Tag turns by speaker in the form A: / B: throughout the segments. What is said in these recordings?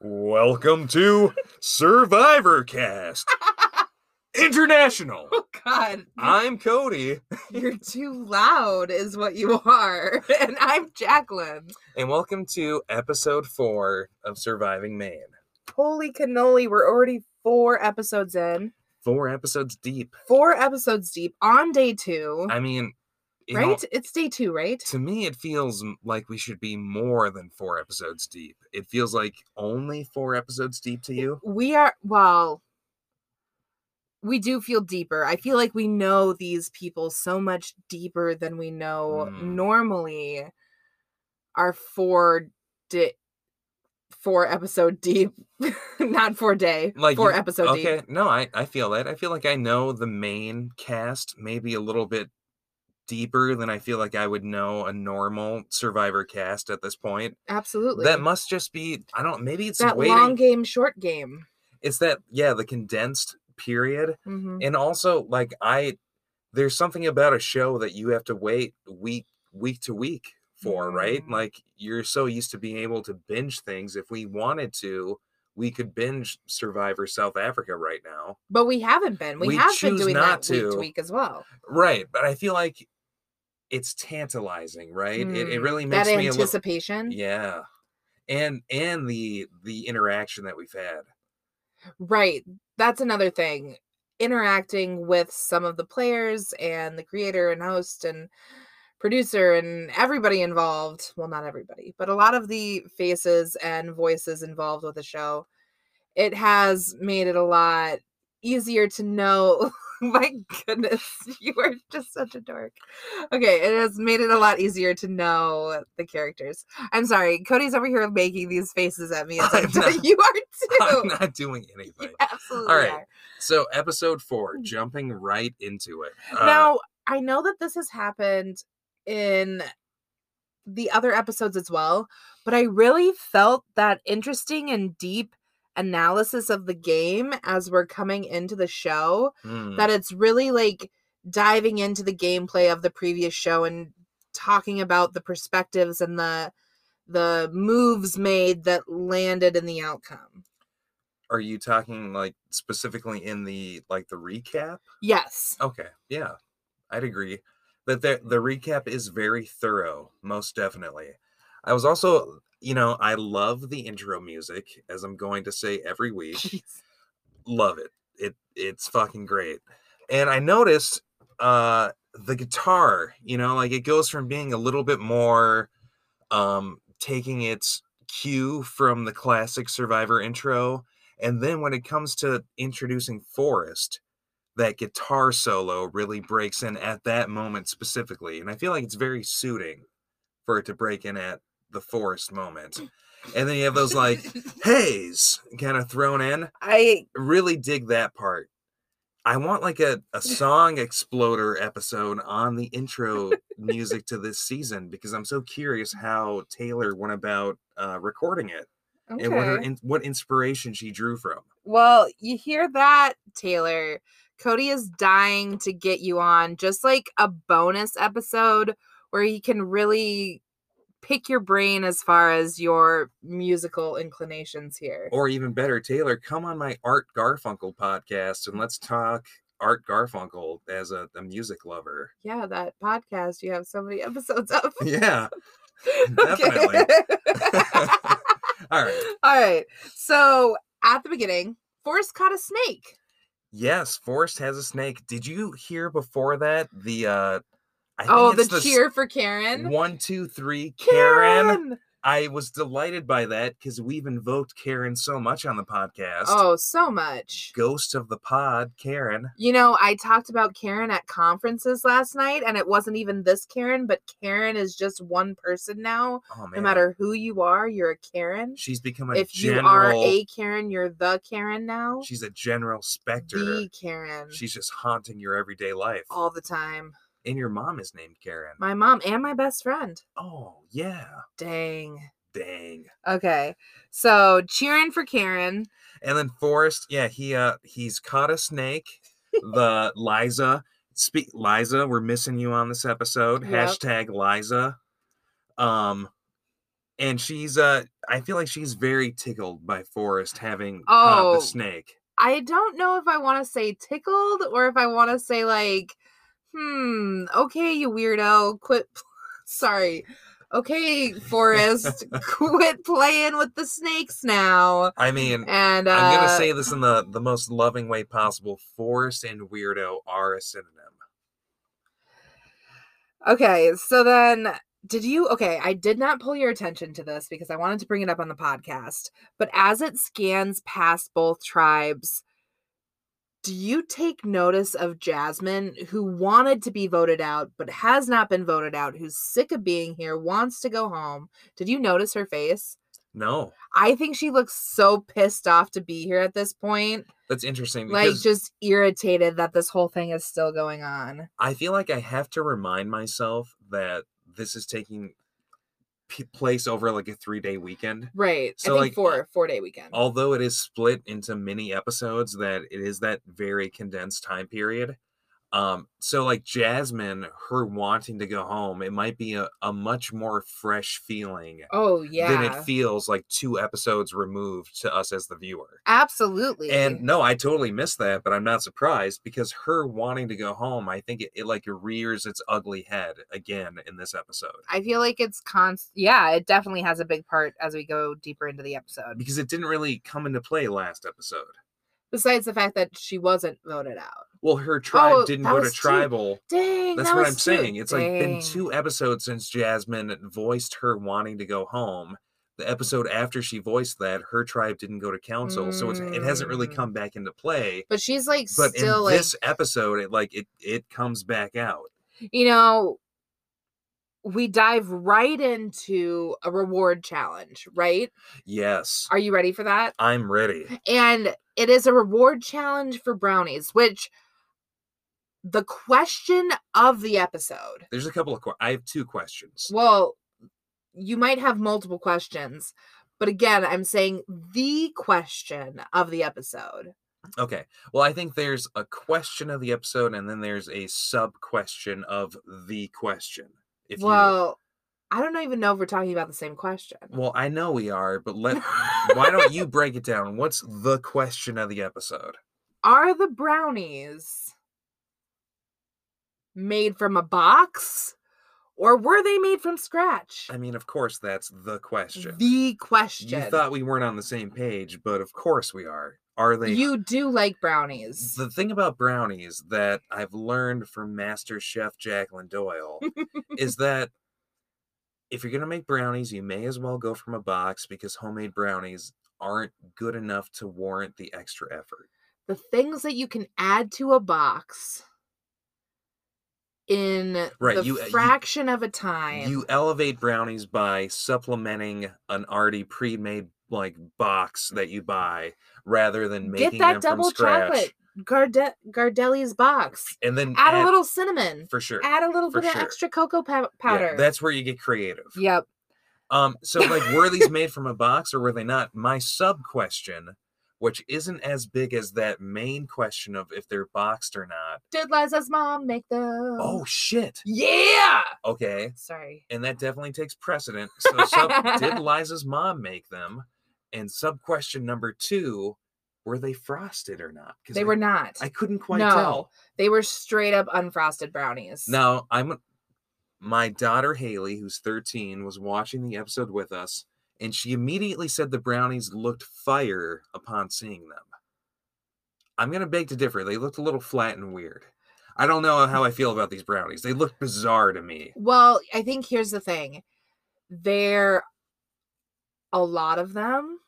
A: Welcome to Survivor Cast International.
B: Oh God,
A: I'm Cody,
B: you're too loud, is what you are. And I'm Jacqueline.
A: and welcome to episode four of Surviving Man.
B: Holy cannoli, we're already four episodes in,
A: Four episodes deep.
B: four episodes deep on day two,
A: I mean, you know,
B: right? it's day two, right?
A: to me, it feels m- like we should be more than four episodes deep. It feels like only four episodes deep to you.
B: We are well. We do feel deeper. I feel like we know these people so much deeper than we know
A: Mm.
B: normally. Our four di- four episode deep, not four day,
A: Like
B: four
A: you-
B: episode deep.
A: okay, no, I, I feel that. I feel like I know the main cast maybe a little bit deeper than I feel like I would know a normal Survivor cast at this point.
B: Absolutely.
A: That must just be I don't maybe it's
B: that
A: waiting.
B: long game, short game.
A: it's that yeah, the condensed period.
B: hmm
A: And also like I there's something about a show that you have to wait week week to week for, right?
B: Mm.
A: Like you're so used to being able to binge things if we wanted to, we could binge Survivor South Africa right now.
B: But we haven't been. We,
A: We
B: have been
A: choose
B: doing
A: not
B: that week
A: to.
B: to week as well.
A: Right, but I feel like it's tantalizing, right? It, it
B: Mm,
A: really
B: That
A: makes me a little
B: anticipation,
A: yeah, and and the the interaction that we've had.
B: right? That's another thing. Interacting with some of the players and the creator and host and producer and everybody involved. Well, not everybody, but a lot of the faces and voices involved with the show. It has made it a lot easier to know. My goodness, you are just such a dork. Okay, it has made it a lot easier to know the characters. I'm sorry, Cody's over here making these faces at me. As I'm
A: I'm
B: doing-
A: not-
B: you are
A: I'm
B: too.
A: not doing
B: You
A: anything.
B: absolutely
A: right,
B: are.
A: So episode four, jumping right into it. Uh,
B: Mm. now, I know that this has happened in the other episodes as well, but I really felt that interesting and deep analysis of the game as we're coming into the show
A: hmm,
B: that it's really like diving into the gameplay of the previous show and talking about the perspectives and the the moves made that landed in the outcome.
A: are you talking like specifically in the like the recap?
B: Yes.
A: Okay, yeah, I'd agree that the the recap is very thorough, most definitely. I was also, you know, I love the intro music, as I'm going to say every week.
B: Jeez.
A: Love it. It it's fucking great. And I noticed uh the guitar, you know, like it goes from being a little bit more um taking its cue from the classic Survivor intro and then when it comes to introducing Forrest, that guitar solo really breaks in at that moment specifically. And I feel like it's very suiting for it to break in at the Forrest moment. And then you have those like haze kind of thrown in
B: I
A: really dig that part. I want like a, a song exploder episode on the intro music to this season because I'm so curious how Taylor went about uh, recording it
B: okay.
A: and what her in, what inspiration she drew from.
B: Well, you hear that, Taylor. Cody is dying to get you on just like a bonus episode where he can really pick your brain as far as your musical inclinations here.
A: Or even better, Taylor, come on my Art Garfunkel podcast and let's talk Art Garfunkel as a, a music lover.
B: yeah, that podcast you have so many episodes of.
A: Yeah, definitely.
B: Okay.
A: All right.
B: All right. So at the beginning, Forrest caught a snake.
A: Yes, Forrest has a snake. Did you hear before that the uh I
B: Oh, the,
A: it's s-
B: cheer for Karen.
A: One, two, three, Karen.
B: Karen!
A: I was delighted by that because we've invoked Karen so much on the podcast.
B: Oh, so much.
A: Ghost of the pod, Karen.
B: You know, I talked about Karen at conferences last night, and it wasn't even this Karen, but Karen is just one person now.
A: Oh man,
B: No matter who you are, you're a Karen.
A: she's become a
B: If you
A: general.
B: are a Karen, you're the Karen now.
A: She's a general specter.
B: The Karen.
A: She's just haunting your everyday life.
B: all the time.
A: And your mom is named Karen.
B: My mom and my best friend.
A: oh yeah,
B: Dang.
A: dang.
B: Okay. So cheering for Karen.
A: And then Forrest, yeah, he uh he's caught a snake. The Liza, speak Liza, we're missing you on this episode.
B: Yep.
A: Hashtag Liza. Um, and she's uh I feel like she's very tickled by Forrest having caught
B: Oh.
A: the snake.
B: I don't know if I want to say tickled or if I want to say like, hmm, okay, you weirdo, quit. pl- Sorry, okay, Forrest, quit playing with the snakes now.
A: I mean,
B: And uh,
A: I'm gonna say this in the the most loving way possible. Forrest and weirdo are a synonym.
B: okay, so then. Did you okay? I did not pull your attention to this because I wanted to bring it up on the podcast. But as it scans past both tribes, do you take notice of Jasmine, who wanted to be voted out but has not been voted out, who's sick of being here, wants to go home? Did you notice her face?
A: No,
B: I think she looks so pissed off to be here at this point,
A: that's interesting.
B: like
A: Because
B: just irritated that this whole thing is still going on.
A: I feel like I have to remind myself that this is taking p- place over like a three day weekend.
B: Right.
A: So,
B: I think
A: like, oh,
B: four four day weekend.
A: Although it is split into many episodes, that it is that very condensed time period. Um, so like Jasmine, her wanting to go home, it might be a, a much more fresh feeling
B: oh
A: than
B: yeah.
A: it feels like two episodes removed to us as the viewer.
B: Absolutely.
A: And no, I totally missed that, but I'm not surprised because her wanting to go home, I think it, it like rears its ugly head again in this episode
B: I feel like it's const yeah, it definitely has a big part as we go deeper into the episode.
A: because it didn't really come into play last episode.
B: Besides the fact that she wasn't voted out.
A: Well, her tribe
B: Oh,
A: didn't
B: that
A: go to
B: was two-
A: tribal.
B: Dang,
A: That's
B: that
A: what
B: was
A: I'm
B: two-
A: saying. It's like been
B: Dang.
A: two episodes since Jasmine voiced her wanting to go home. The episode after she voiced that, her tribe didn't go to council, so it's, it hasn't really
B: Mm.
A: come back into play.
B: But she's like
A: But
B: still
A: in
B: like
A: this episode, it like it it comes back out.
B: you know we dive right into a reward challenge, right?
A: Yes,
B: Are you ready for that?
A: I'm ready.
B: And it is a reward challenge for brownies, which the question of the episode.
A: There's a couple of que- I have two questions.
B: Well, you might have multiple questions, but again, I'm saying the question of the episode.
A: Okay. Well, I think there's a question of the episode and then there's a sub question of the question. If
B: well, I don't even know if we're talking about the same question.
A: you Well, I know we are, but let why don't you break it down? What's the question of the episode?
B: Are the brownies made from a box or were they made from scratch?
A: I mean, of course that's the question.
B: The question.
A: You thought we weren't on the same page, but of course we are. Are they
B: You do like brownies.
A: the thing about brownies that I've learned from Master Chef Jacqueline Doyle is that if you're going to make brownies, you may as well go from a box because homemade brownies aren't good enough to warrant the extra effort.
B: the things that you can add to a box in
A: Right,
B: the
A: you- uh, you-
B: fraction of a time.
A: You elevate brownies by supplementing an already pre-made like box that you buy rather than making
B: get that
A: them
B: double
A: from scratch.
B: chocolate Garde- Gardelli's box.
A: And then
B: Add, a little cinnamon.
A: for sure.
B: add a little
A: for
B: bit of
A: sure.
B: extra cocoa pow-
A: Yeah,
B: powder.
A: that's where you get creative.
B: yep.
A: Um, so like were these made from a box or were they not? My sub question, which isn't as big as that main question of if they're boxed or not.
B: Did Liza's mom make them?
A: Oh shit.
B: yeah.
A: Okay.
B: Sorry.
A: And that definitely takes precedent. So sub, did Liza's mom make them? And sub question number two, were they frosted or not? 'Cause
B: They
A: I-
B: were not.
A: I couldn't quite
B: No.
A: tell.
B: they were straight up unfrosted brownies.
A: Now I'm my daughter Haley, who's 13, was watching the episode with us, and she immediately said the brownies looked fire upon seeing them. I'm gonna beg to differ. They looked a little flat and weird. I don't know how I feel about these brownies. They look bizarre to me.
B: Well, I think here's the thing. There a lot of them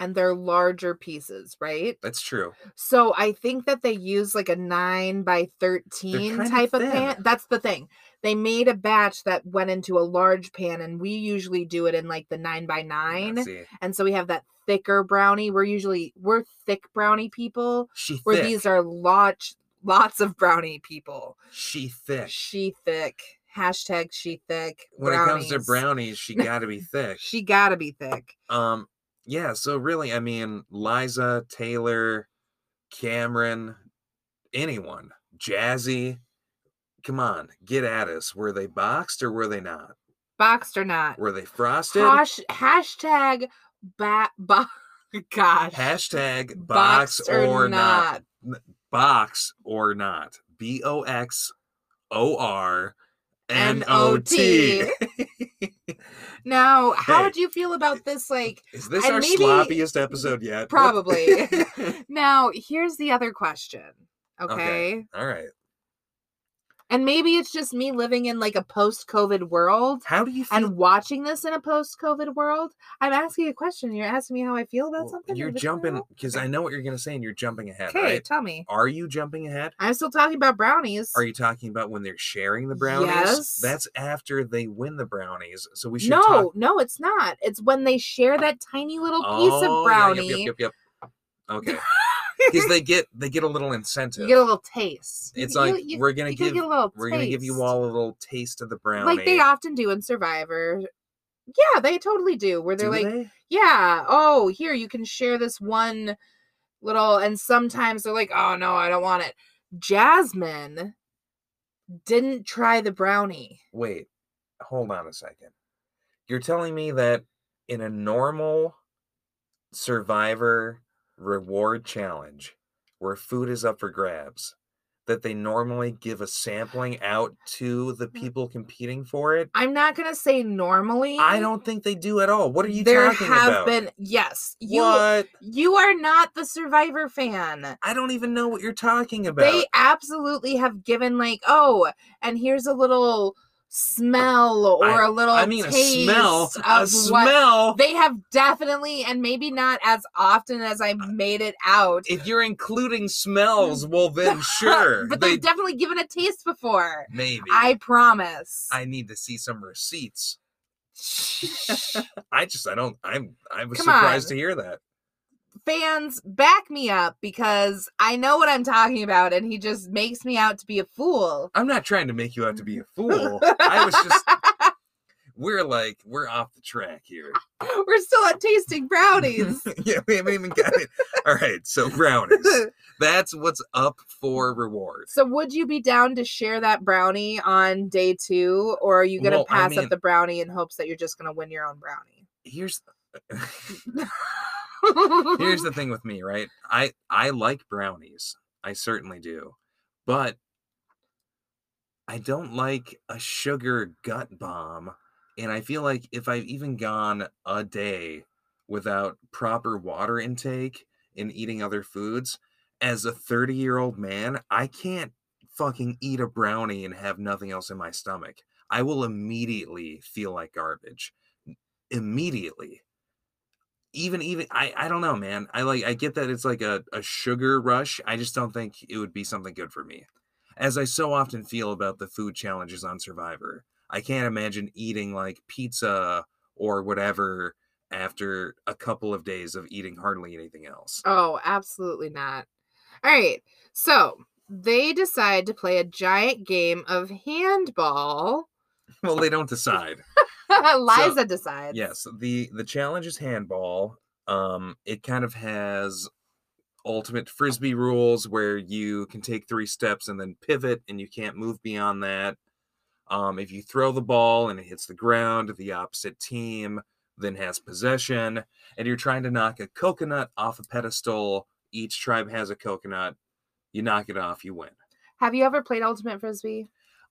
B: and they're larger pieces, right?
A: That's true.
B: So I think that they use like a nine by thirteen
A: kinda
B: type of
A: thin.
B: pan. That's the thing. They made a batch that went into a large pan, and we usually do it in like the nine by
A: Let's
B: nine,
A: see.
B: and so we have that thicker brownie. We're usually we're thick brownie people,
A: She
B: where
A: thick.
B: these are lots lots of brownie people.
A: she thick.
B: She thick hashtag she thick.
A: when it comes to
B: brownies.
A: brownies, she gotta be thick.
B: she gotta be thick.
A: Um, yeah, so really, I mean, Liza, Taylor, Cameron, anyone, Jazzy, come on, get at us. Were they boxed or were they not?
B: boxed or not.
A: Were they frosted?
B: Hash, hashtag ba, ba, gosh.
A: Hashtag box
B: boxed
A: or, not. Box or not. B O X O R N O T.
B: Now, how
A: Hey.
B: would you feel about this? Like,
A: Is this
B: And
A: our
B: maybe-
A: sloppiest episode yet?
B: Probably. now, here's the other question.
A: Okay.
B: okay.
A: All right.
B: And maybe it's just me living in like a post COVID world.
A: How do you feel?
B: and watching this in a post-COVID world, I'm asking a question. You're asking me how I feel about
A: Well,
B: something. in
A: You're
B: particular?
A: jumping because I know what you're gonna say, and you're jumping ahead,
B: Okay,
A: right?
B: tell me.
A: Are you jumping ahead?
B: I'm still talking about brownies.
A: Are you talking about when they're sharing the brownies?
B: Yes.
A: That's after they win the brownies. So we should
B: no,
A: talk.
B: no, it's not. It's when they share that tiny little piece of
A: Oh, yeah,
B: brownie.
A: Yep, yep, yep, yep. Okay. Because they get they get a little incentive.
B: You get a little taste.
A: it's
B: You-
A: like
B: you-
A: we're gonna
B: you
A: give
B: get a little
A: we're gonna give you
B: taste.
A: all a little taste of the brownie.
B: like they often do in Survivor. Yeah, they totally do. Where they're
A: Do
B: like,
A: they?
B: yeah, oh, here you can share this one little and sometimes they're like, "Oh no, I don't want it." Jasmine didn't try the brownie.
A: wait, hold on a second. You're telling me that in a normal survivor reward challenge where food is up for grabs, that they normally give a sampling out to
B: Mm.
A: the people competing for it?
B: I'm not going to say normally.
A: I don't think they do at all. What are you
B: There
A: talking
B: have
A: about?
B: been yes, you
A: what?
B: you are not the survivor fan.
A: I don't even know what you're talking about.
B: They absolutely have given like, "Oh, and here's a little smell or
A: I-
B: a little
A: I mean, a
B: taste
A: smell,
B: of
A: a
B: what
A: smell.
B: they have definitely and maybe not as often as i
A: Uh,
B: made it out
A: if you're including smells, well then sure.
B: but
A: they
B: they've definitely given a taste before
A: maybe.
B: i promise
A: I need to see some receipts. I just I don't I'm I was
B: Come
A: surprised
B: on.
A: to hear that.
B: fans back me up because i know what i'm talking about and he just makes me out to be a fool
A: I'm not trying to make you out to be a fool. I was just we're like we're off the track here.
B: we're still at tasting brownies
A: yeah, we haven't even got it. All right, so brownies. That's what's up for reward.
B: so would you be down to share that brownie on day two or are you gonna
A: Well, I
B: pass
A: mean-
B: up the brownie in hopes that you're just gonna win your own brownie
A: Here's here's the thing with me, right? I I like brownies. I certainly do. But I don't like a sugar gut bomb, and I feel like if I've even gone a day without proper water intake and eating other foods, as a 30-year-old man, I can't fucking eat a brownie and have nothing else in my stomach. I will immediately feel like garbage. Immediately even even I I don't know, man. I like I get that it's like a, a sugar rush. I just don't think it would be something good for me. As I so often feel about the food challenges on Survivor. I can't imagine eating like pizza or whatever after a couple of days of eating hardly anything else.
B: Oh, absolutely not. All right. So they decide to play a giant game of handball.
A: Well, they don't decide.
B: Liza decides.
A: Yes, the the challenge is handball. Um it kind of has ultimate frisbee rules where you can take three steps and then pivot and you can't move beyond that. Um if you throw the ball and it hits the ground, the opposite team then has possession and you're trying to knock a coconut off a pedestal. Each tribe has a coconut. You knock it off, you win.
B: Have you ever played Ultimate Frisbee?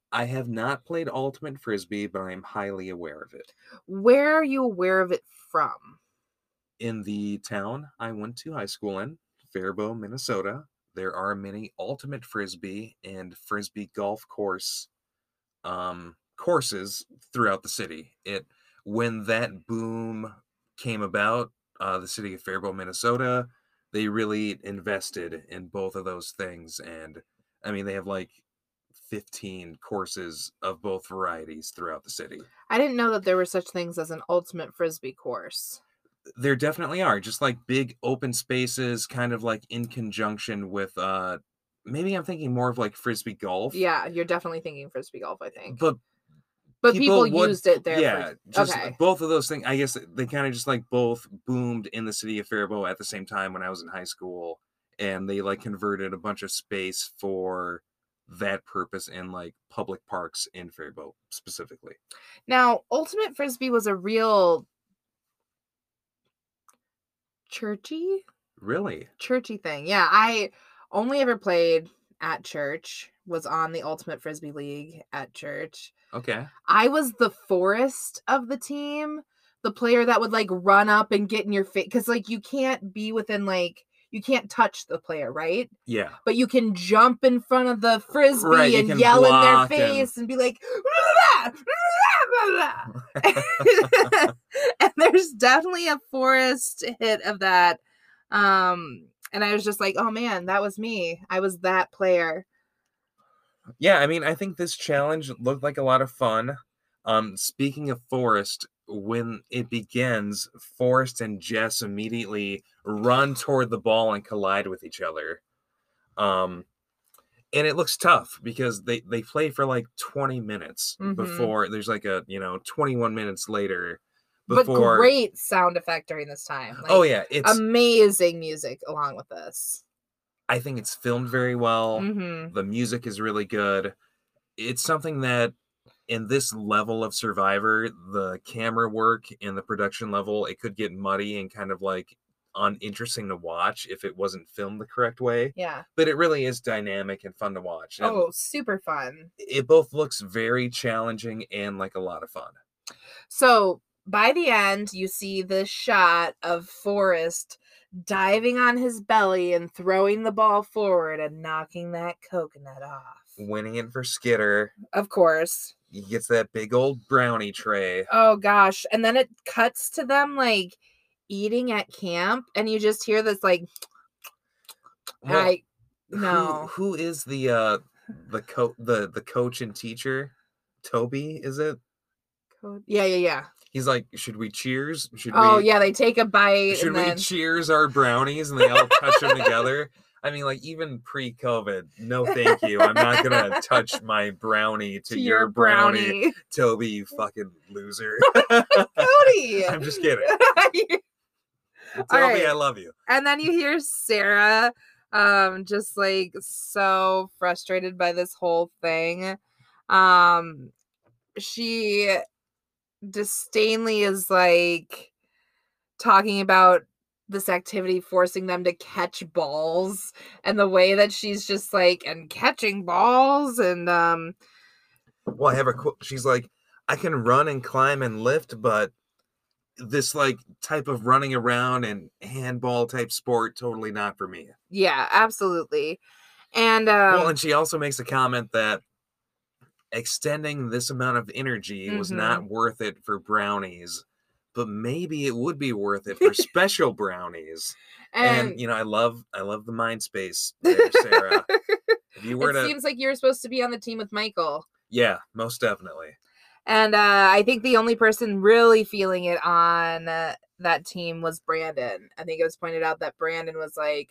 A: I have not played Ultimate Frisbee, but I am highly aware of it.
B: Where are you aware of it from?
A: in the town I went to high school in, Faribault, Minnesota, there are many ultimate frisbee and frisbee golf course um, courses throughout the city. It when that boom came about, uh, the city of Faribault, Minnesota, they really invested in both of those things, and I mean they have like. 15 courses of both varieties throughout the city.
B: I didn't know that there were such things as an Ultimate Frisbee course.
A: there definitely are just like big open spaces kind of like in conjunction with uh maybe i'm thinking more of like frisbee golf
B: Yeah, you're definitely thinking Frisbee golf, I think.
A: but
B: But people,
A: people would-
B: used it there. for-
A: yeah just uh,
B: okay.
A: both of those things i guess they kind of just like both boomed in the city of faribault at the same time when i was in high school and they like converted a bunch of space for that purpose in like public parks in Faribault specifically.
B: Now, Ultimate Frisbee was a real churchy,
A: Really?
B: churchy thing. Yeah, I only ever played at church, was on the Ultimate Frisbee League at church.
A: Okay.
B: I was the forest of the team, the player that would like run up and get in your face because like you can't be within like you can't touch the player, right?
A: Yeah.
B: But you can jump in front of the frisbee
A: Right, you
B: and
A: can
B: yell in their
A: block and-
B: face and, be like, "Blah, blah, blah, blah, blah." and there's definitely a forest hit of that. Um, and I was just like, oh man, that was me. I was that player.
A: Yeah, I mean, I think this challenge looked like a lot of fun. Um, speaking of Forrest, when it begins, Forrest and Jess immediately run toward the ball and collide with each other. Um, and it looks tough because they they play for like 20 minutes
B: Mhm.
A: before there's like a you know 21 minutes later
B: But
A: before.
B: great sound effect during this time.
A: oh
B: like, um
A: yeah, it's
B: amazing music along with this.
A: I think it's filmed very well.
B: Mhm.
A: The music is really good. It's something that in this level of Survivor, the camera work and the production level, it could get muddy and kind of like uninteresting to watch if it wasn't filmed the correct way.
B: Yeah.
A: But it really is dynamic and fun to watch. and
B: Oh, super fun.
A: It both looks very challenging and like a lot of fun.
B: So by the end, you see this shot of Forrest diving on his belly and throwing the ball forward and knocking that coconut off.
A: Winning it for Skitter.
B: Of course.
A: He gets that big old brownie tray.
B: Oh gosh. And then it cuts to them like eating at camp and you just hear this like and
A: Well,
B: I
A: who-
B: no.
A: who is the uh the co the the coach and teacher? Toby, is it?
B: code- Yeah, yeah, yeah.
A: He's like, should we cheers? Should
B: Oh
A: we
B: yeah, they take a bite
A: should
B: and
A: we
B: then
A: cheers our brownies and they all touch them together? I mean, like even pre-COVID, no, thank you. I'm not gonna touch my brownie to, your, brownie, Toby. You fucking loser.
B: Cody.
A: I'm just kidding. Toby, I
B: right.
A: love you.
B: and then you hear Sarah um just like so frustrated by this whole thing. Um she disdainly is like talking about this activity forcing them to catch balls and the way that she's just like and catching balls and um
A: Well, I have a. qu- She's like, I can run and climb and lift, but this like type of running around and handball type sport totally not for me.
B: yeah absolutely and um
A: well, and she also makes a comment that extending this amount of energy was
B: Mhm.
A: not worth it for brownies, but maybe it would be worth it for special brownies. And,
B: and,
A: you know, I love I love the mind space there, Sarah. if you were
B: it
A: to
B: seems like you're supposed to be on the team with Michael.
A: Yeah, most definitely.
B: And uh, I think the only person really feeling it on uh, that team was Brandon. I think it was pointed out that Brandon was like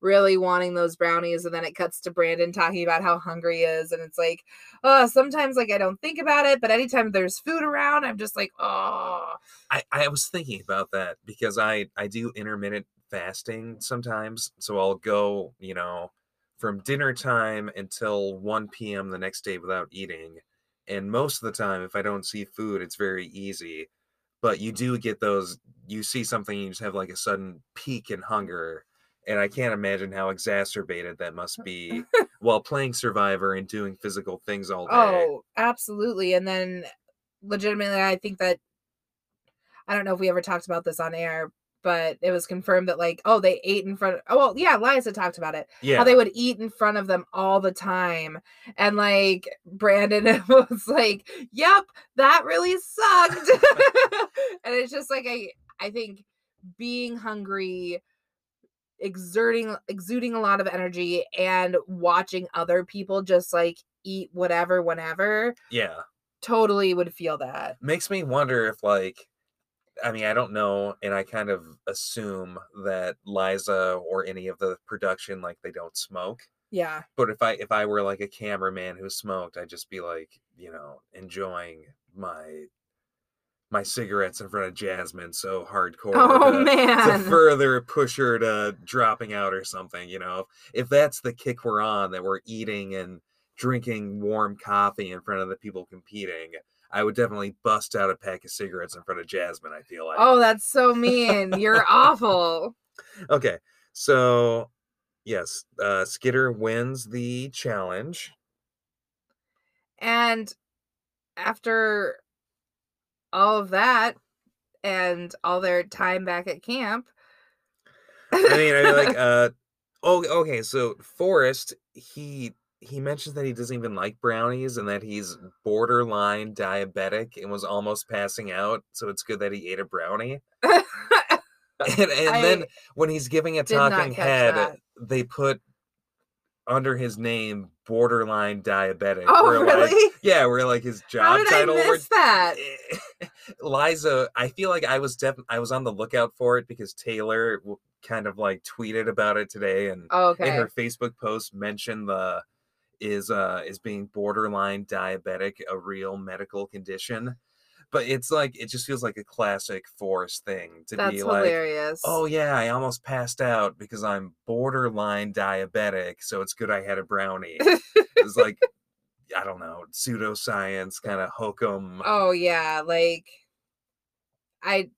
B: really wanting those brownies. And then it cuts to Brandon talking about how hungry he is. And it's like, oh, sometimes like I don't think about it, but anytime there's food around, I'm just like, oh,
A: I, I was thinking about that because I, I do intermittent fasting sometimes. So I'll go, you know, from dinner time until 1 p.m. the next day without eating. And most of the time, if I don't see food, it's very easy. But you do get those, you see something, you just have like a sudden peak in hunger. And I can't imagine how exacerbated that must be while playing Survivor and doing physical things all day.
B: oh, absolutely. And then legitimately, I think that I don't know if we ever talked about this on air. But it was confirmed that like, oh, they ate in front of oh well, yeah, Liza talked about it.
A: yeah.
B: how they would eat in front of them all the time. And like Brandon was like, Yep, that really sucked. and it's just like I I think being hungry, exerting exuding a lot of energy and watching other people just like eat whatever whenever
A: yeah.
B: totally would feel that.
A: makes me wonder if like i mean i don't know and i kind of assume that liza or any of the production like they don't smoke
B: Yeah.
A: but if i if i were like a cameraman who smoked i'd just be like you know enjoying my my cigarettes in front of jasmine so hardcore uh,
B: Oh
A: to,
B: man.
A: to further push her to dropping out or something you know if that's the kick we're on that we're eating and drinking warm coffee in front of the people competing, I would definitely bust out a pack of cigarettes in front of Jasmine. I feel like.
B: Oh, that's so mean. You're awful.
A: Okay. So, yes, uh, Skitter wins the challenge.
B: And after all of that and all their time back at camp,
A: I mean, I like. Uh, oh, okay. So Forrest, he he mentions that he doesn't even like brownies and that he's borderline diabetic and was almost passing out. So it's good that he ate a brownie. and, and
B: I
A: then when he's giving a
B: did not
A: talking
B: catch
A: head,
B: that.
A: they put under his name borderline diabetic.
B: oh,
A: where, like-
B: really?
A: yeah, where like his job
B: How did I
A: title. were-
B: miss that?
A: Eh, Liza, I feel like I was def- I was on the lookout for it because Taylor w- kind of like tweeted about it today and
B: Oh,
A: in
B: okay.
A: her Facebook post mentioned the is uh is being borderline diabetic a real medical condition. But it's like it just feels like a classic Forrest thing to
B: That's
A: be like,
B: hilarious.
A: oh yeah, I almost passed out because I'm borderline diabetic, so it's good I had a brownie. it's like I don't know, pseudoscience kind of hokum.
B: Oh yeah, like I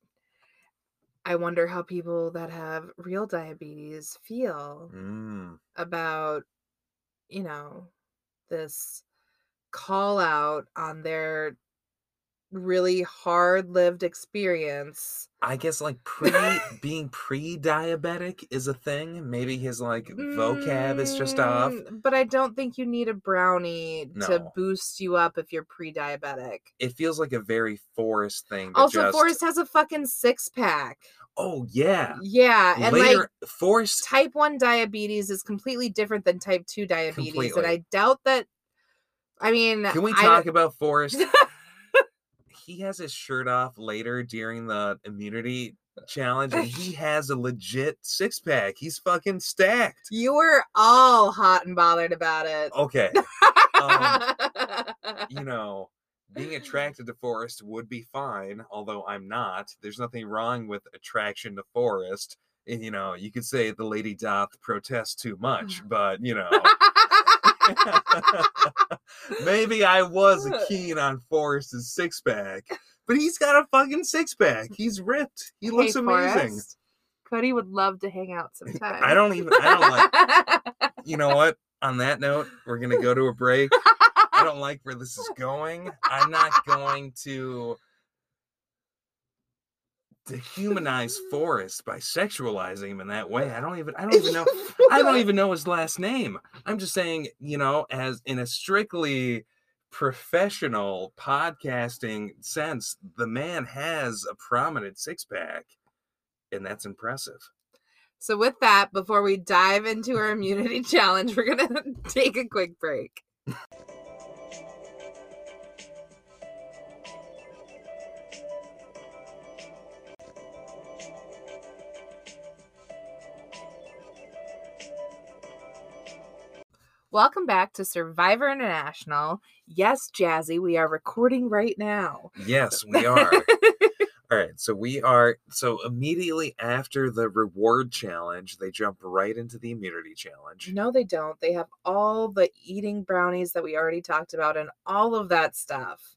B: I wonder how people that have real diabetes feel
A: Mm.
B: about you know this call out on their really hard lived experience.
A: I guess like pre being pre-diabetic is a thing. Maybe his like vocab is just off.
B: Mm, But I don't think you need a brownie to
A: No.
B: boost you up if you're pre-diabetic.
A: It feels like a very Forrest thing. To
B: Also,
A: just,
B: Forrest has a fucking six pack.
A: Oh yeah.
B: Yeah, and like
A: Later, Forrest.
B: type 1 diabetes is completely different than type 2 diabetes and i
A: Completely.
B: doubt that i mean
A: Can we
B: I-
A: talk about Forrest? he has his shirt off later during the immunity challenge, and he has a legit six pack. He's fucking stacked.
B: you were all hot and bothered about it
A: Okay, Um, you know, being attracted to Forrest would be fine, although I'm not. There's nothing wrong with attraction to Forrest. And, you know, you could say the lady doth protest too much, but you know, maybe I was keen on Forrest's six pack. But he's got a fucking six pack. He's ripped. He looks
B: Mm. Hey,
A: amazing.
B: Forrest, cody would love to hang out sometime
A: I don't even. I don't like. You know what? On that note, we're gonna go to a break. I don't like where this is going. I'm not going to dehumanize Forrest by sexualizing him in that way. I don't even. I don't even know. I don't even know his last name. I'm just saying, you know, as in a strictly professional podcasting sense, the man has a prominent six pack, and that's impressive.
B: so with that before we dive into our immunity challenge we're gonna take a quick break Welcome back to Survivor International. Yes, Jazzy, we are recording right now.
A: Yes, we are. All right, so we are so immediately after the reward challenge, they jump right into the immunity challenge.
B: No, they don't. They have all the eating brownies that we already talked about and all of that stuff.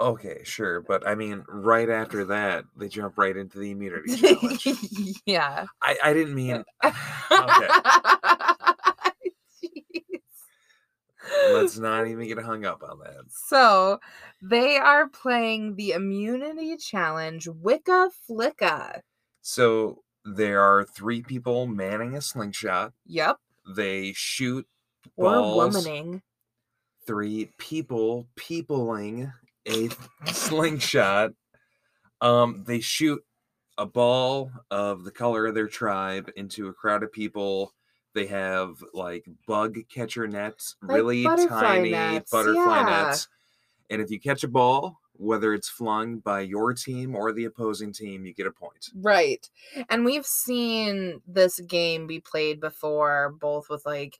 A: Okay, sure, but I mean, right after that, they jump right into the immunity challenge.
B: yeah.
A: I, I didn't mean.
B: Jeez.
A: Let's not even get hung up on that.
B: So they are playing the immunity challenge Wicca Flicka.
A: So there are three people manning a slingshot.
B: Yep.
A: They shoot
B: Or
A: Balls.
B: womaning.
A: three people peopling a slingshot. Um, they shoot a ball of the color of their tribe into a crowd of people. They have like bug catcher nets,
B: Like
A: really
B: butterfly
A: tiny
B: nets,
A: butterfly
B: yeah.
A: nets. And if you catch a ball, whether it's flung by your team or the opposing team, you get a point.
B: Right. And we've seen this game be played before, both with like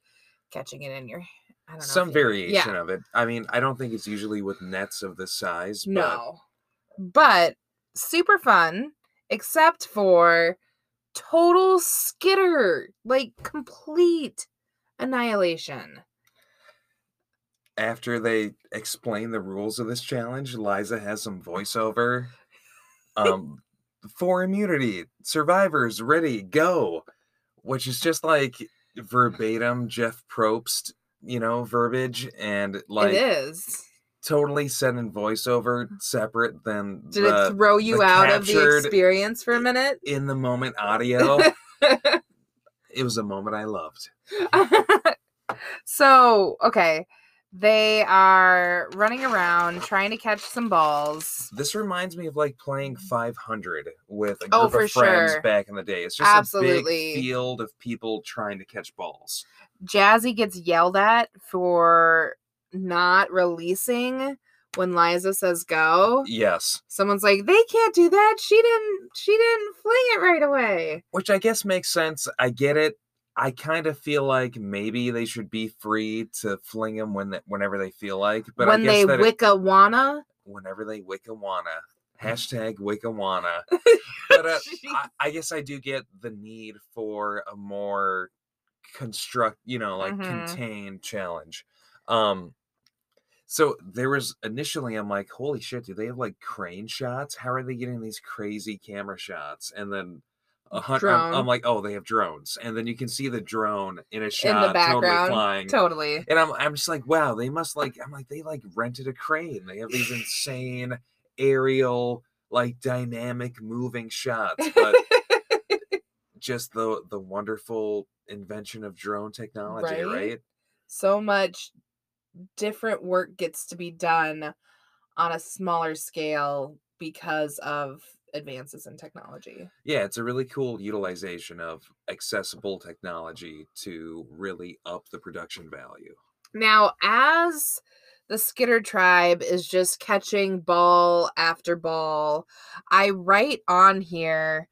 B: catching it in your I don't know. if
A: Some
B: you-
A: variation
B: Yeah.
A: of it. I mean, I don't think it's usually with nets of this size, but
B: No. But super fun, except for total skitter, like complete annihilation.
A: after they explain the rules of this challenge, Liza has some voiceover. Um, for immunity, survivors ready, go, which is just like verbatim Jeff Probst, you know, verbiage and
B: it
A: like
B: is.
A: totally set in voiceover, separate than
B: Did
A: the
B: it throw you
A: the
B: out of the
A: captured-
B: experience for a minute?
A: in the moment audio. it was a moment I loved.
B: so, okay. They are running around trying to catch some balls.
A: This reminds me of like playing 500 with a group
B: Mm. Oh, for
A: of friends
B: sure.
A: back in the day. It's just
B: Absolutely.
A: a big field of people trying to catch balls.
B: Jazzy gets yelled at for not releasing when Liza says go.
A: Yes,
B: Someone's like, "They can't do that. She didn't she didn't fling it right away."
A: which I guess makes sense. I get it. I kind of feel like maybe they should be free to fling them when they, whenever they feel like. But
B: when
A: I guess
B: they
A: that it-
B: wicca wanna,
A: whenever they wickawana. Hashtag wickawana. but uh, I, I guess I do get the need for a more construct, you know, like
B: Mhm.
A: contained challenge. Um so there was initially I'm like, holy shit, do they have like crane shots? How are they getting these crazy camera shots? And then a hun- I'm,
B: Drone.
A: I'm like, oh, they have drones. And then you can see the drone in a shot
B: background.
A: totally flying.
B: totally.
A: And I'm I'm just like, wow, they must like I'm like they like rented a crane. They have these insane aerial like dynamic moving shots, but just the the wonderful invention of drone technology,
B: Right?
A: right?
B: so much different work gets to be done on a smaller scale because of advances in technology.
A: Yeah, it's a really cool utilization of accessible technology to really up the production value.
B: Now, as the Skitter tribe is just catching ball after ball, I write on here,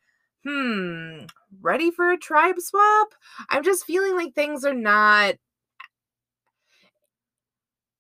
B: hmm, ready for a tribe swap? I'm just feeling like things are not.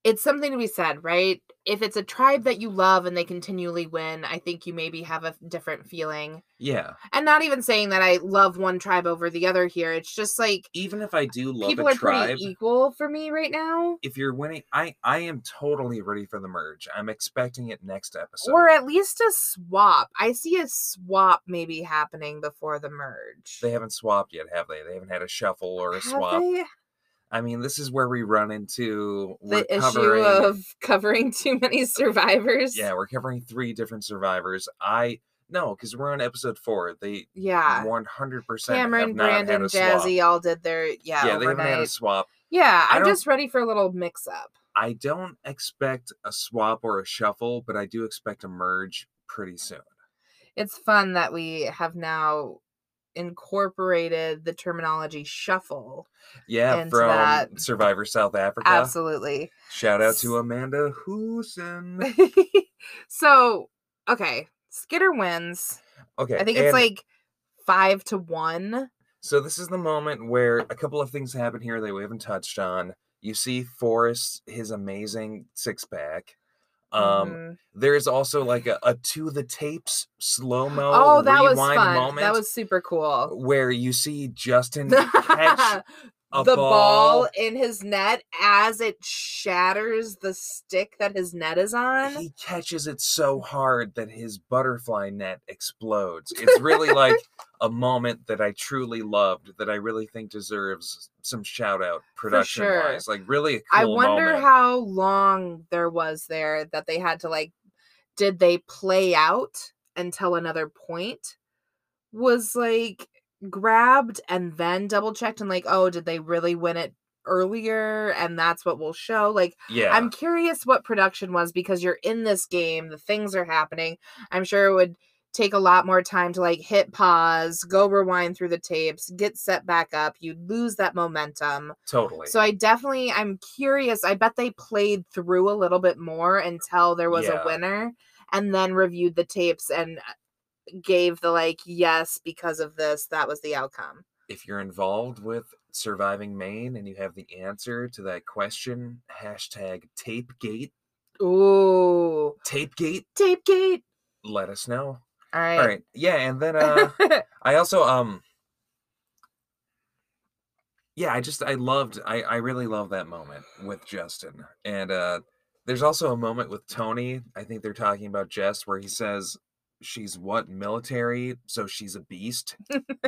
B: It's something to be said, right? If it's a tribe that you love and they continually win, I think you maybe have a different feeling.
A: Yeah,
B: And not even saying that I love one tribe over the other here. It's just like
A: even if I do love
B: Uh, people
A: a
B: are
A: tribe,
B: pretty e equal for me right now.
A: if you're winning, I I am totally ready for the merge. I'm expecting it next episode.
B: or at least a swap. I see a swap maybe happening before the merge.
A: They haven't swapped yet, have they? They haven't had a shuffle or a
B: Have
A: swap.
B: they?
A: I mean, this is where we run into we're
B: The issue
A: covering-
B: of covering too many survivors.
A: yeah, we're covering three different survivors. I no, because we're on episode four. They
B: Yeah.
A: one hundred percent
B: Cameron,
A: have not
B: Brandon,
A: had a swap.
B: Jazzy all did their yeah,
A: yeah, they haven't had a
B: overnight.
A: swap.
B: yeah,
A: I
B: I'm
A: don't-
B: just ready for a little mix up.
A: I don't expect a swap or a shuffle, but I do expect a merge pretty soon.
B: It's fun that we have now incorporated the terminology shuffle.
A: Yeah,
B: Into
A: from
B: that.
A: Survivor South Africa.
B: Absolutely.
A: Shout out to Amanda Hoosen.
B: so, okay, Skitter wins.
A: Okay,
B: I think it's
A: and-
B: like 5 to 1.
A: So this is the moment where a couple of things happen here that we haven't touched on. You see Forrest, his amazing six pack. Um,
B: Mhm.
A: there is also like a, a to the tapes slow mo
B: oh, that was
A: rewind
B: fun.
A: moment
B: That was super cool.
A: where you see Justin catch
B: the
A: a
B: ball.
A: ball.
B: in his net as it shatters the stick that his net is on.
A: He catches it so hard that his butterfly net explodes. It's really like a moment that I truly loved that I really think deserves some shout out production wise. Like really a cool
B: I wonder
A: moment.
B: how long there was there that they had to like did they play out until another point was like grabbed and then double checked and like oh did they really win it earlier and that's what we'll show like
A: yeah.
B: I'm curious what production was because you're in this game, the things are happening. I'm sure it would take a lot more time to like hit pause, go rewind through the tapes, get set back up. You'd lose that momentum.
A: Totally.
B: So I definitely I'm curious. I bet they played through a little bit more until there was
A: Yeah.
B: a winner and then reviewed the tapes and uh, gave the like yes because of this that was the outcome.
A: if you're involved with surviving Maine and you have the answer to that question, hashtag Tapegate,
B: Ooh.
A: Tapegate,
B: Tape gate.
A: let us know.
B: All right.
A: All uh, right. Yeah, and then uh I also um yeah, I just I loved I I really love that moment with Justin. And uh there's also a moment with Tony. I think they're talking about Jess where he says she's what military, so she's a beast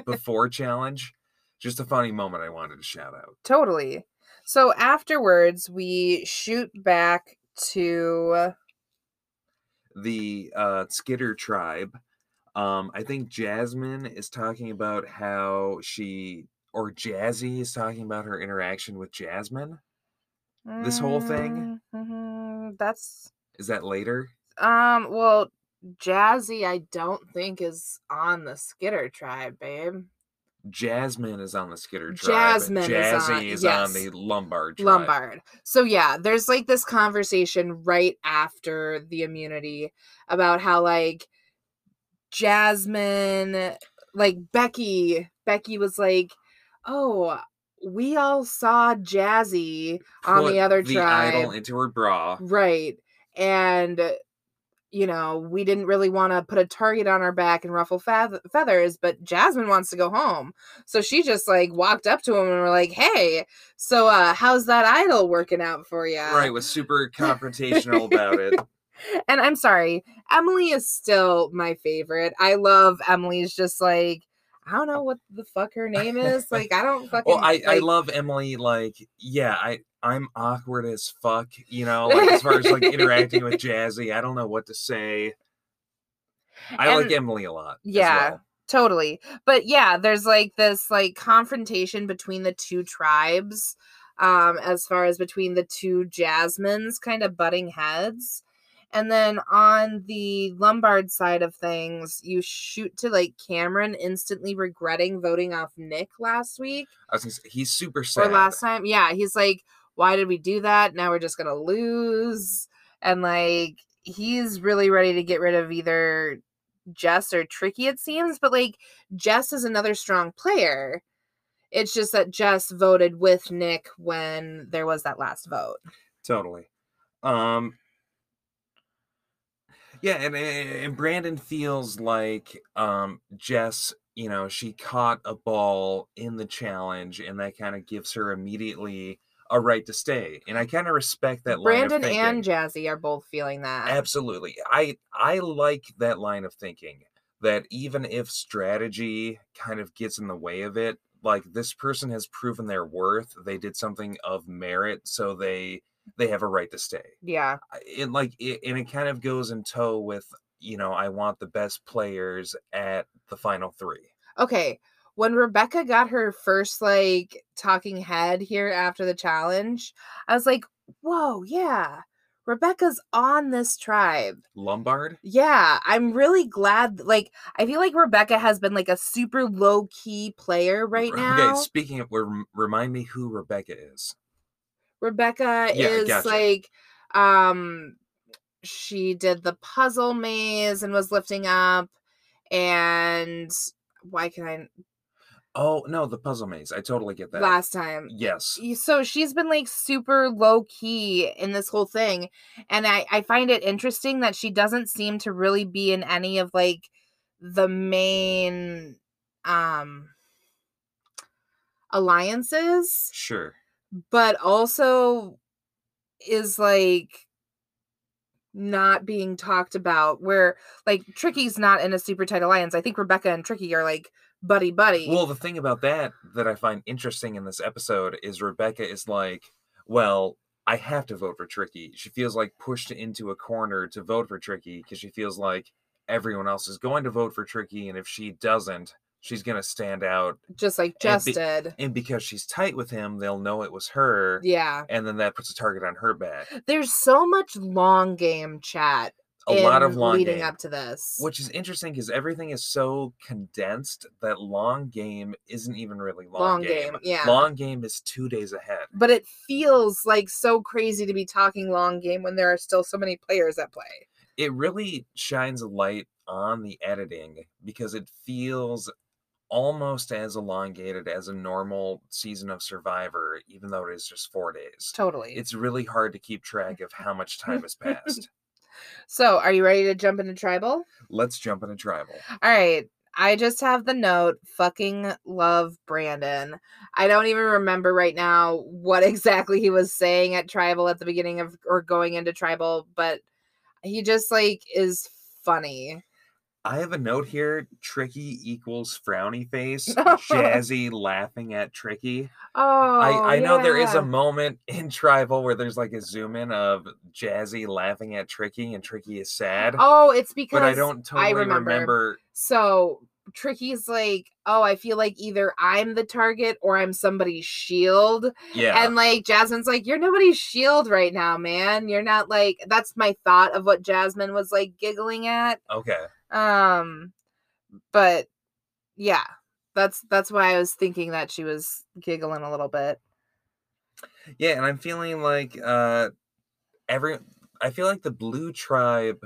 A: before challenge. Just a funny moment I wanted to shout out.
B: Totally. So afterwards, we shoot back to
A: The uh Skitter tribe. Um I think Jasmine is talking about how she or Jazzy is talking about her interaction with Jasmine. This whole thing?
B: Mhm, That's
A: Is that later?
B: um. Well, Jazzy, I don't think is on the Skitter tribe, babe.
A: Jasmine is on the Skitter tribe. and
B: Jasmine is
A: Jazzy
B: on-
A: is
B: yes.
A: on the Lombard tribe.
B: Lombard. So yeah, there's like this conversation right after the immunity about how like Jasmine, like Becky, Becky was like, "Oh, we all saw Jazzy on the
A: Put
B: other
A: the idol
B: tribe."
A: into her bra.
B: Right. And uh, you know, we didn't really want to put a target on our back and ruffle feath- feathers, but Jasmine wants to go home. So she just like walked up to him and were like, "Hey, so uh how's that idol working out for you?"
A: Right, was super confrontational about it.
B: And I'm sorry, Emily is still my favorite. I love Emily's just like I don't know what the fuck her name is. Like I don't fucking
A: Well, I, I
B: like-
A: love Emily. Like, yeah, I I'm awkward as fuck. You know, like as far as like interacting with Jazzy, I don't know what to say. I like
B: And-
A: Emily a lot. as
B: Yeah.
A: well.
B: totally but yeah there's like this like confrontation between the two tribes um as far as between the two jasmines kind of butting heads and then on the lombard side of things you shoot to like cameron instantly regretting voting off nick last week
A: I was gonna say, he's super sad.
B: or last time yeah he's like why did we do that now we're just gonna lose and like he's really ready to get rid of either jess or tricky it seems but like jess is another strong player it's just that jess voted with nick when there was that last vote
A: Totally. Um Yeah, and and and Brandon feels like um Jess, you know, she caught a ball in the challenge and that kind of gives her immediately a right to stay. And I kind of respect that line
B: brandon
A: of
B: and
A: thinking.
B: jazzy are both feeling that
A: Absolutely. I I like that line of thinking that even if strategy kind of gets in the way of it, like this person has proven their worth, they did something of merit, so they they have a right to stay
B: yeah
A: I- it like it, and it kind of goes in tow with you know i want the best players at the final three
B: okay when rebecca got her first like talking head here after the challenge i was like whoa yeah rebecca's on this tribe
A: lombard
B: yeah i'm really glad like i feel like rebecca has been like a super low key player right now
A: okay speaking of rem- remind me who rebecca is
B: rebecca
A: Yeah,
B: is
A: gotcha.
B: like um she did the puzzle maze and was lifting up and why can i
A: oh no the puzzle maze i totally get that
B: last time
A: yes
B: y- so she's been like super low key in this whole thing and I, I find it interesting that she doesn't seem to really be in any of like the main um alliances
A: sure
B: but also is like not being talked about where like tricky's not in a super tight alliance i think rebecca and tricky are like buddy buddy
A: well the thing about that that i find interesting in this episode is rebecca is like well i have to vote for tricky she feels like pushed into a corner to vote for tricky because she feels like everyone else is going to vote for tricky and if she doesn't she's going to stand out
B: just like
A: and
B: jess
A: be-
B: did
A: and because she's tight with him, they'll know it was her,
B: yeah
A: and then that puts a target on her back.
B: there's so much long game chat
A: A lot of
B: in
A: long
B: leading
A: game,
B: up to this
A: which is interesting because everything is so condensed that long game isn't even really long,
B: long game, yeah
A: Long game is two days ahead.
B: but it feels like so crazy to be talking long game when there are still so many players at play
A: It really shines a light on the editing because it feels almost as elongated as a normal season of Survivor, even though it is just four days.
B: totally
A: It's really hard to keep track of how much time has passed.
B: so are you ready to jump into tribal
A: Let's jump into tribal.
B: all right I just have the note fucking love Brandon. I don't even remember right now what exactly he was saying at Tribal at the beginning of or going into Tribal, but he just like is funny.
A: I have a note here tricky equals frowny face, jazzy laughing at tricky.
B: Oh,
A: I, I know there is a
B: yeah.
A: moment in Tribal where there's like a zoom in of Jazzy laughing at Tricky and Tricky is sad,
B: Oh, it's because
A: but I don't totally
B: remember.
A: remember.
B: So Tricky's like, oh, I feel like either I'm the target or I'm somebody's shield.
A: Yeah,
B: And like Jasmine's like, you're nobody's shield right now, man. You're not like that's my thought of what Jasmine was like giggling at.
A: okay.
B: Um but yeah, that's that's why I was thinking that she was giggling a little bit.
A: Yeah, and I'm feeling like uh every I feel like the blue tribe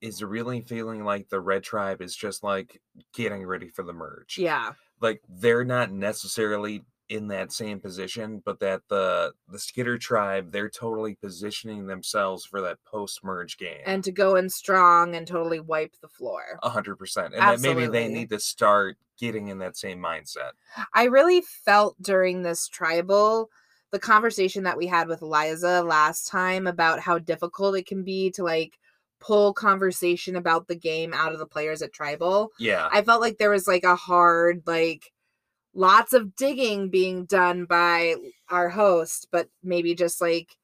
A: is really feeling like the red tribe is just like getting ready for the merge.
B: Yeah.
A: Like they're not necessarily in that same position, but that the the Skitter tribe, they're totally positioning themselves for that post merge game.
B: And to go in strong and totally wipe the floor.
A: a hundred percent. And that maybe
B: Absolutely.
A: they need to start getting in that same mindset.
B: I really felt during this tribal the conversation that we had with Liza last time about how difficult it can be to like pull conversation about the game out of the players at tribal.
A: Yeah.
B: I felt like there was like a hard like lots of digging being done by our host, but maybe just like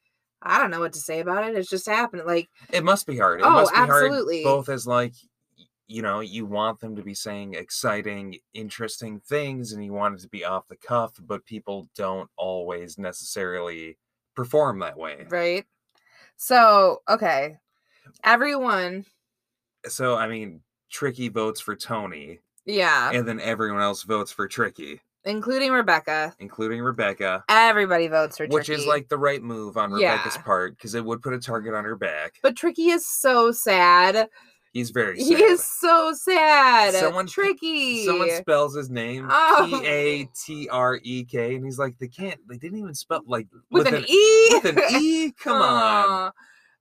B: I don't know what to say about it. It's just happening. Like
A: It must be hard. It
B: Oh,
A: must be
B: absolutely.
A: hard both as like y- you know, you want them to be saying exciting, interesting things and you want it to be off the cuff, but people don't always necessarily perform that way.
B: right. So okay, everyone.
A: So I mean, Tricky votes for Tony
B: Yeah,
A: and then everyone else votes for Tricky,
B: including Rebecca.
A: including Rebecca,
B: Everybody votes for
A: which is
B: Tricky.
A: like the right move on Rebecca's
B: Yeah.
A: part because it would put a target on her back.
B: But Tricky is so sad.
A: He's very
B: He
A: sad.
B: is so sad.
A: Someone-
B: Tricky.
A: Someone spells his name
B: Oh.
A: P A T R E K, and he's like, they can't, they didn't even spell like
B: with, an, E.
A: with an E. Come on,
B: Aw.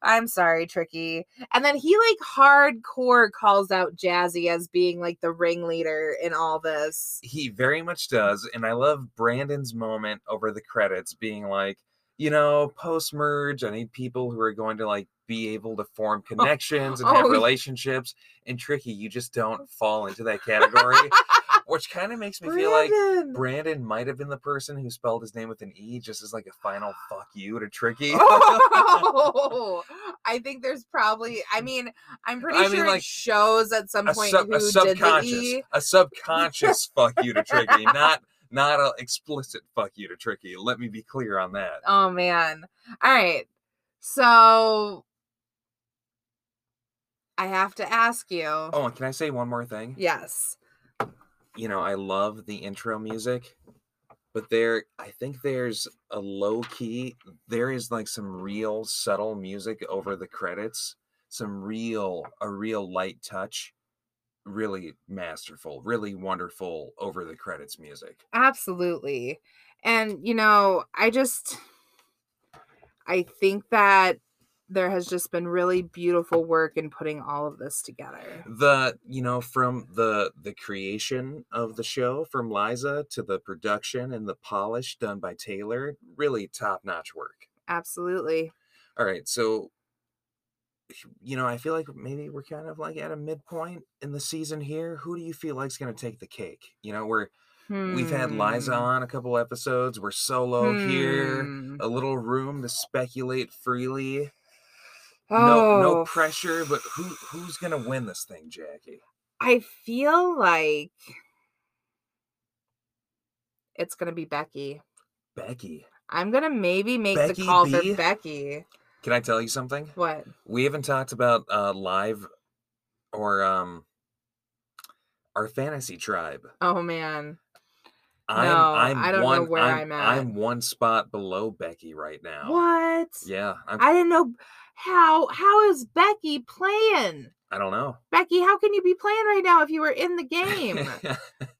B: I'm sorry, Tricky. And then he like hardcore calls out Jazzy as being like the ringleader in all this.
A: he very much does, and I love Brandon's moment over the credits, being like, you know, post merge, I need people who are going to like be able to form connections and have
B: oh.
A: relationships. And Tricky, you just don't fall into that category, which kind of makes me feel like.
B: Brandon.
A: Brandon might have been the person who spelled his name with an E just as like a final fuck you to Tricky.
B: Oh, I think there's probably. I mean, I'm pretty
A: I mean,
B: sure
A: like,
B: it shows at some
A: a,
B: point
A: sub-
B: who
A: a
B: did the
A: subconscious
B: E.
A: a subconscious fuck you to tricky not not a explicit fuck you to tricky let me be clear on that
B: Oh man. All right. So I have to ask you.
A: oh and can i say one more thing
B: Yes.
A: you know i love the intro music but there i think there's a low key there is like some real subtle music over the credits some real a real light touch really masterful really wonderful over the credits music
B: Absolutely. And you know, I just I think that there has just been really beautiful work in putting all of this together.
A: the you know from the the creation of the show from liza to the production and the polish done by taylor really top notch work
B: Absolutely.
A: all right so you know i feel like maybe we're kind of like at a midpoint in the season here who do you feel like's going to take the cake you know we're we've had liza
B: Hmm.
A: on a couple episodes we're solo here
B: Hmm.
A: a little room to speculate freely no
B: Oh,
A: no pressure but who who's going to win this thing jackie
B: I feel like it's going to be Becky.
A: becky
B: I'm gonna maybe make
A: Becky
B: the call
A: B?
B: for Becky.
A: can i tell you something
B: What?
A: we haven't talked about uh live or um our fantasy tribe
B: Oh man.
A: i'm
B: No,
A: i'm
B: I don't know
A: one
B: where
A: I'm,
B: I'm at.
A: I'm one spot below becky right now
B: What?
A: yeah I'm, I,
B: I didn't know how how is Becky playing?
A: don't know
B: Becky, how can you be playing right now if you were in the game?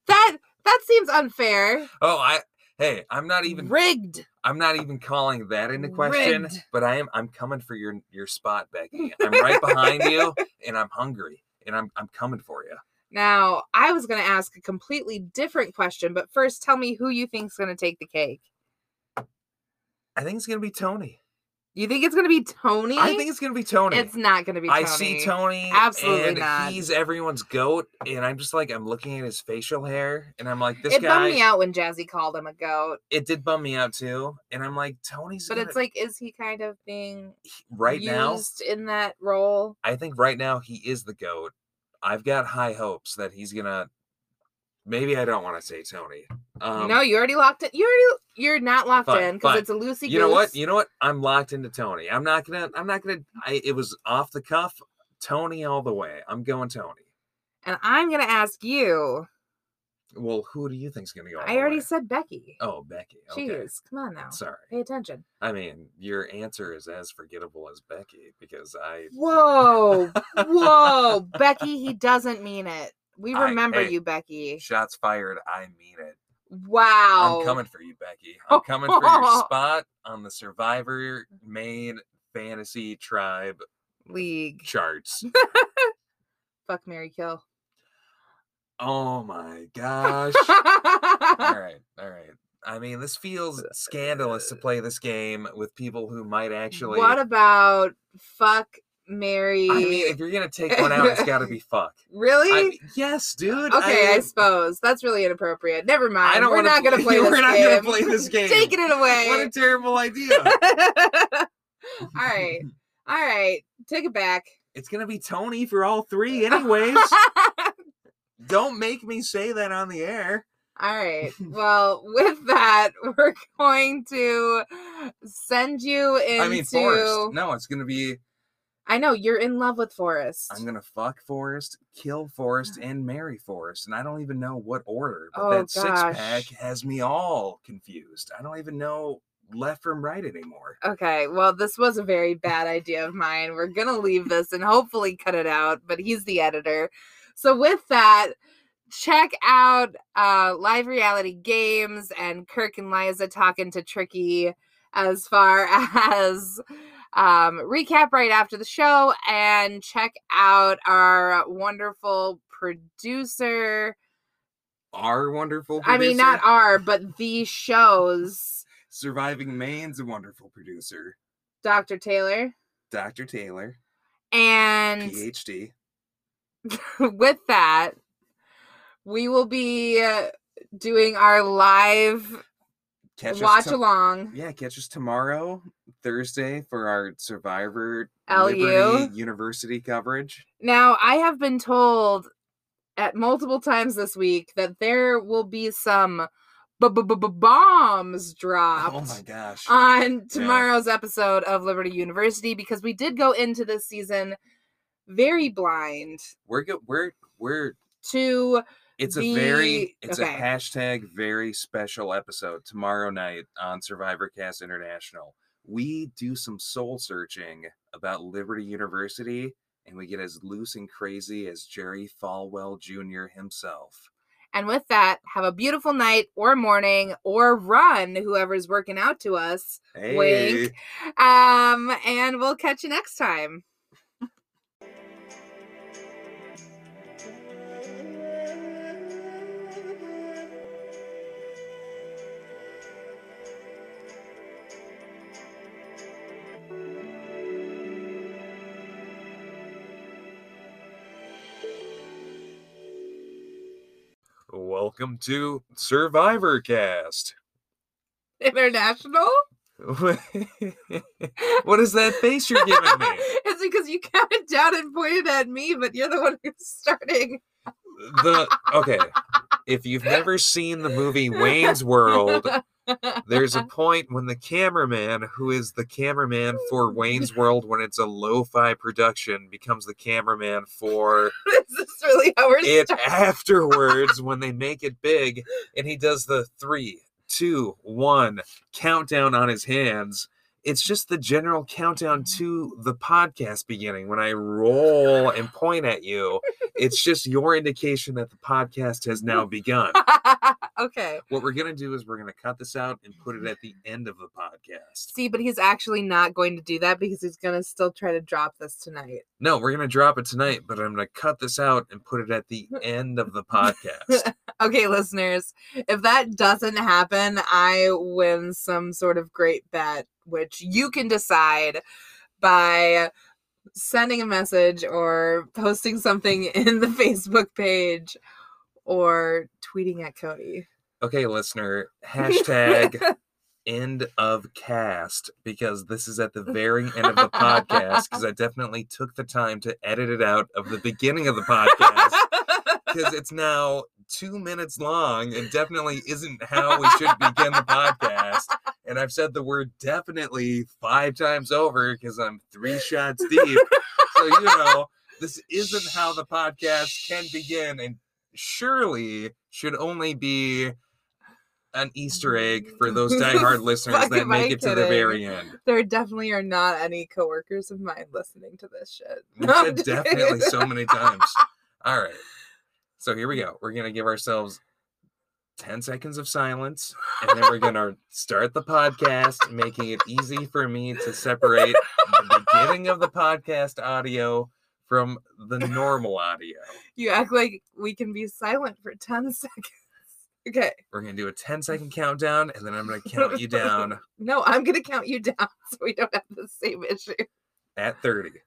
B: that that seems unfair.
A: oh i hey i'm not even
B: rigged.
A: i'm not even calling that into question
B: Rigged.
A: but i am i'm coming for your your spot becky i'm right behind you and i'm hungry and i'm i'm coming for you
B: Now, I was going to ask a completely different question, but first tell me who you think's going to take the cake.
A: I think it's gonna be Tony.
B: You think it's going to be Tony?
A: I think it's gonna be Tony.
B: it's not going to be
A: I
B: Tony.
A: see Tony.
B: Absolutely
A: and
B: not.
A: He's everyone's goat, and I'm just like I'm looking at his facial hair, and I'm like, this
B: it
A: guy.
B: bummed me out when Jazzy called him a goat,
A: It did bum me out too, and I'm like, Tony's.
B: but
A: gonna-
B: it's like, is he kind of being
A: right now.
B: used in that role?
A: I think right now he is the goat. I've got high hopes that he's gonna. Maybe I don't want to say Tony. Um,
B: no, you already locked in. You already, you're not locked
A: fine,
B: in because
A: fine.
B: it's a Lucy.
A: you know what? You know what? I'm locked into Tony. I'm not gonna. I'm not gonna. I. It was off the cuff. Tony all the way. I'm going Tony.
B: and I'm gonna ask you.
A: Well, who do you think's gonna go? all
B: I
A: the
B: already
A: way?
B: said Becky.
A: Oh, Becky. Okay.
B: Jeez, come on now,
A: Sorry.
B: pay attention.
A: I mean, your answer is as forgettable as Becky because I.
B: Whoa, whoa, Becky, he doesn't mean it. We
A: I-
B: remember
A: hey.
B: you, Becky.
A: Shots fired. I mean it.
B: Wow.
A: I'm coming for you, Becky.
B: Oh.
A: I'm coming for your spot on the Survivor main fantasy tribe
B: League.
A: charts.
B: Fuck Mary Kill.
A: Oh my gosh. all right. All right. I mean, this feels scandalous to play this game with people who might actually.
B: what about fuck Mary?
A: I mean, if you're going to take one out, it's got to be fuck.
B: really?
A: I, yes, dude.
B: okay, I,
A: I,
B: suppose that's really inappropriate. Never mind.
A: don't
B: we're
A: wanna
B: not gonna
A: play-
B: play.
A: we're
B: This
A: not
B: game.
A: gonna play this game.
B: Taking it
A: what a
B: away.
A: terrible idea.
B: all right, all right. Take it back.
A: It's going to be Tony for all three, anyways. don't make me say that on the air.
B: All right. Well, with that, we're going to send you into.
A: I mean, Forrest. No, it's going to be.
B: I know you're in love with Forrest.
A: I'm gonna fuck Forrest, kill Forrest, and marry Forrest, and I don't even know what order. But
B: Oh,
A: that six pack
B: gosh.
A: has me all confused. I don't even know left from right anymore.
B: Okay, well, this was a very bad idea of mine. We're going to leave this and hopefully cut it out, but he's the editor. So, with that, check out uh, Live Reality Games and Kirk and Liza talking to Tricky as far as um, recap right after the show. And check out our wonderful producer.
A: Our wonderful.
B: I mean, not
A: producer-
B: our, but the show's
A: surviving Maine's a wonderful producer,
B: Dr. Taylor.
A: Dr. Taylor,
B: And.
A: PhD.
B: with that, we will be uh, doing our live
A: Catch us
B: watch
A: to-
B: along.
A: Yeah, catch us tomorrow, Thursday, for our Survivor
B: LU.
A: Liberty University coverage.
B: Now, I have been told at multiple times this week that there will be some b- b- b- b- bombs dropped.
A: Oh my gosh.
B: on tomorrow's episode of Liberty University, because we did go into this season very blind
A: we're good. We're we're
B: to
A: It's a very
B: The-
A: it's
B: okay.
A: a hashtag very special episode tomorrow night on Survivor Cast International. We do some soul searching about Liberty University and we get as loose and crazy as Jerry Falwell Jr. himself.
B: And with that, have a beautiful night or morning or run, whoever's working out to us. Wink.
A: Hey.
B: Um, and we'll catch you next time.
A: Welcome to Survivor Cast.
B: International?
A: what is that face you're giving me?
B: it's because you counted down and pointed at me, but you're the one who's starting.
A: The okay. If you've never seen the movie Wayne's World, there's a point when the cameraman, who is the cameraman for Wayne's World when it's a lo-fi production, becomes the cameraman for
B: this is really how we're
A: it
B: starting.
A: afterwards when they make it big, and he does the three, two, one countdown on his hands, it's just the general countdown to the podcast beginning. When I roll and point at you, it's just your indication that the podcast has now begun.
B: okay.
A: What we're gonna do is we're gonna cut this out and put it at the end of the podcast.
B: See, but he's actually not going to do that because he's going to still try to drop this tonight.
A: No, we're gonna drop it tonight, but I'm gonna cut this out and put it at the end of the podcast.
B: Okay, listeners, if that doesn't happen, I win some sort of great bet, which you can decide by sending a message or posting something in the Facebook page or tweeting at Cody.
A: Okay, listener, hashtag end of cast because this is at the very end of the podcast because I definitely took the time to edit it out of the beginning of the podcast. because it's now two minutes long and definitely isn't how we should begin the podcast. And I've said the word definitely five times over because I'm three shots deep. So, you know, this isn't how the podcast can begin and surely should only be an Easter egg for those diehard listeners
B: Fuck
A: that
B: am
A: make
B: I
A: it to the
B: kidding?
A: very end.
B: there definitely are not any coworkers of mine listening to this shit.
A: We
B: No, I'm
A: said definitely
B: kidding.
A: so many times. All right. So here we go. We're going to give ourselves 10 seconds of silence and then we're going to start the podcast, making it easy for me to separate the beginning of the podcast audio from the normal audio.
B: You act like we can be silent for 10 seconds. Okay.
A: We're going to do a 10 second countdown and then I'm going to count you down
B: No, I'm going to count you down so we don't have the same issue.
A: at 30.